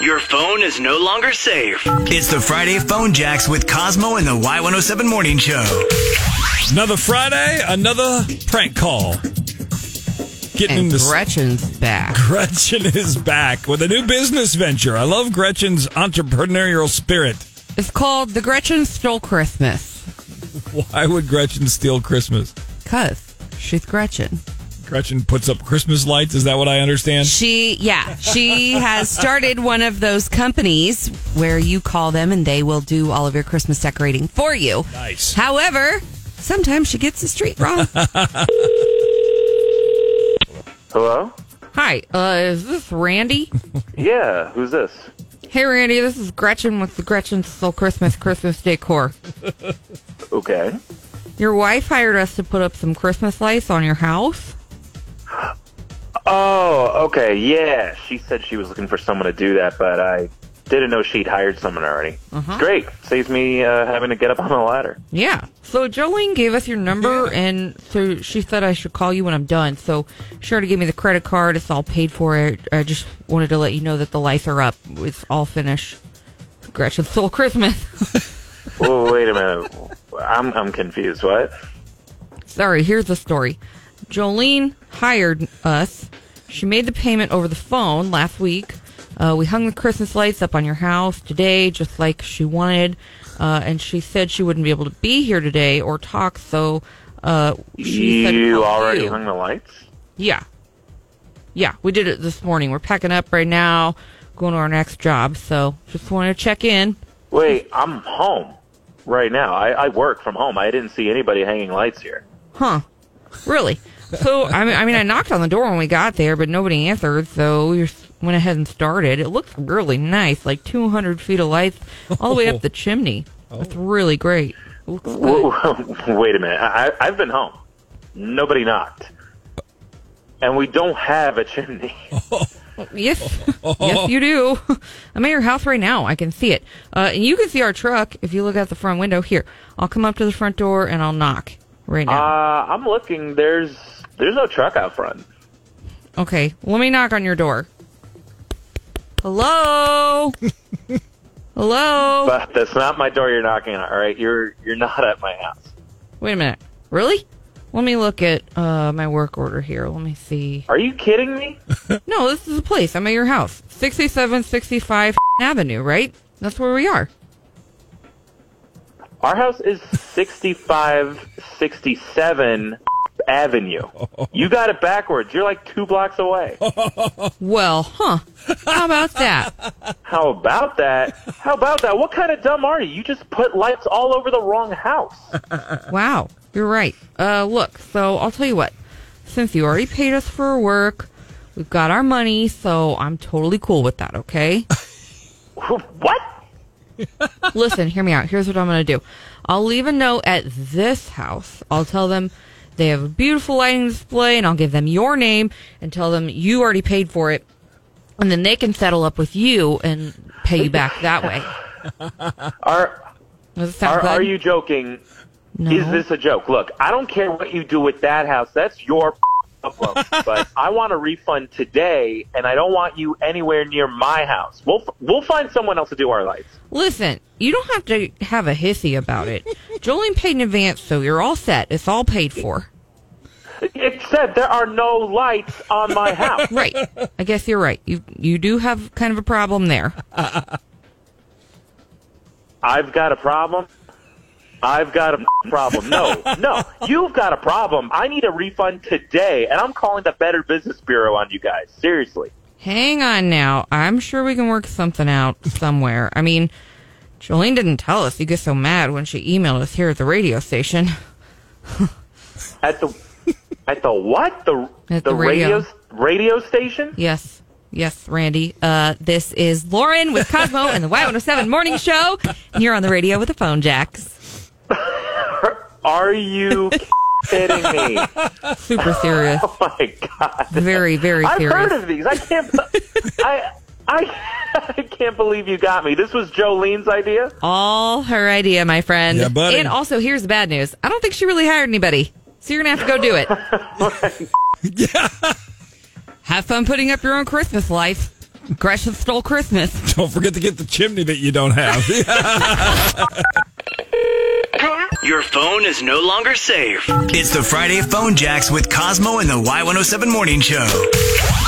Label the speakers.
Speaker 1: Your phone is no longer safe.
Speaker 2: It's the Friday Phone Jacks with Cosmo and the Y107 Morning Show.
Speaker 3: Another Friday, another prank call. Getting
Speaker 4: And
Speaker 3: into s-
Speaker 4: Gretchen's back.
Speaker 3: Gretchen is back with a new business venture. I love Gretchen's entrepreneurial spirit.
Speaker 4: It's called The Gretchen Stole Christmas.
Speaker 3: Why would Gretchen steal Christmas?
Speaker 4: Cuz she's Gretchen.
Speaker 3: Gretchen puts up Christmas lights. Is that what I understand?
Speaker 4: She, yeah, she has started one of those companies where you call them and they will do all of your Christmas decorating for you.
Speaker 3: Nice.
Speaker 4: However, sometimes she gets the street wrong.
Speaker 5: Hello?
Speaker 4: Hi, uh, is this Randy?
Speaker 5: Yeah, who's this?
Speaker 4: Hey, Randy, this is Gretchen with the Gretchen Stole Christmas Christmas Decor.
Speaker 5: Okay.
Speaker 4: Your wife hired us to put up some Christmas lights on your house.
Speaker 5: Oh, okay, yeah. She said she was looking for someone to do that, but I didn't know she'd hired someone already.
Speaker 4: Mm-hmm.
Speaker 5: Great. Saves me uh, having to get up on a ladder.
Speaker 4: Yeah. So Jolene gave us your number, and so she said I should call you when I'm done. So she already gave me the credit card. It's all paid for. I, I just wanted to let you know that the lights are up. It's all finished. Gretchen stole Christmas.
Speaker 5: Whoa, wait a minute. I'm, I'm confused. What?
Speaker 4: Sorry, here's the story. Jolene hired us. She made the payment over the phone last week. Uh, we hung the Christmas lights up on your house today, just like she wanted. Uh, and she said she wouldn't be able to be here today or talk, so uh, she said,
Speaker 5: you
Speaker 4: "Call
Speaker 5: already
Speaker 4: you."
Speaker 5: hung the lights?
Speaker 4: Yeah. Yeah, we did it this morning. We're packing up right now, going to our next job. So just want to check in.
Speaker 5: Wait, I'm home right now. I, I work from home. I didn't see anybody hanging lights here.
Speaker 4: Huh. Really? So, I mean, I mean, I knocked on the door when we got there, but nobody answered. So we just went ahead and started. It looks really nice, like 200 feet of lights all the way up the chimney. It's really great. It looks good.
Speaker 5: Whoa, wait a minute. I, I- I've been home. Nobody knocked. And we don't have a chimney.
Speaker 4: Yes, yes, you do. I'm at your house right now. I can see it. Uh, and you can see our truck if you look out the front window. Here, I'll come up to the front door and I'll knock right now.
Speaker 5: Uh, I'm looking. There's there's no truck out front.
Speaker 4: Okay, let me knock on your door. Hello? Hello?
Speaker 5: But that's not my door you're knocking on. All right, you're you're not at my house.
Speaker 4: Wait a minute. Really? Let me look at uh, my work order here. Let me see.
Speaker 5: Are you kidding me?
Speaker 4: No, this is the place. I'm at your house. 6765 Avenue, right? That's where we are.
Speaker 5: Our house is 6567 Avenue. You got it backwards. You're like two blocks away.
Speaker 4: Well, huh. How about that?
Speaker 5: How about that? How about that? What kind of dumb are you? You just put lights all over the wrong house.
Speaker 4: Wow, you're right. Uh, look, so I'll tell you what. Since you already paid us for our work, we've got our money, so I'm totally cool with that, okay?
Speaker 5: what?
Speaker 4: Listen, hear me out. Here's what I'm going to do. I'll leave a note at this house. I'll tell them they have a beautiful lighting display and I'll give them your name and tell them you already paid for it. And then they can settle up with you and pay you back that way.
Speaker 5: Are
Speaker 4: Does it sound
Speaker 5: are,
Speaker 4: good?
Speaker 5: are you joking?
Speaker 4: No.
Speaker 5: Is this a joke? Look, I don't care what you do with that house. That's your problem. but I want a refund today, and I don't want you anywhere near my house. We'll we'll find someone else to do our lights.
Speaker 4: Listen, you don't have to have a hissy about it. Jolene paid in advance, so you're all set. It's all paid for.
Speaker 5: It said there are no lights on my house.
Speaker 4: Right. I guess you're right. You you do have kind of a problem there.
Speaker 5: I've got a problem. I've got a problem. No, no, you've got a problem. I need a refund today, and I'm calling the Better Business Bureau on you guys. Seriously.
Speaker 4: Hang on now. I'm sure we can work something out somewhere. I mean, Jolene didn't tell us you get so mad when she emailed us here at the radio station.
Speaker 5: At the at the what? The
Speaker 4: At
Speaker 5: the
Speaker 4: the radio.
Speaker 5: radio radio station?
Speaker 4: Yes. Yes, Randy. Uh, this is Lauren with Cosmo and the Y107 Morning Show. And you're on the radio with the phone jacks.
Speaker 5: Are you kidding me?
Speaker 4: Super serious.
Speaker 5: Oh my god!
Speaker 4: Very, very
Speaker 5: I've
Speaker 4: serious.
Speaker 5: heard of these. I can't. I, I I can't believe you got me. This was Jolene's idea.
Speaker 4: All her idea, my friend.
Speaker 3: Yeah, buddy.
Speaker 4: And also, here's the bad news. I don't think she really hired anybody. So you're going to have to go do it. have fun putting up your own Christmas life. Gretchen stole Christmas.
Speaker 3: Don't forget to get the chimney that you don't have.
Speaker 1: Your phone is no longer safe.
Speaker 2: It's the Friday Phone Jacks with Cosmo and the Y107 Morning oh Show.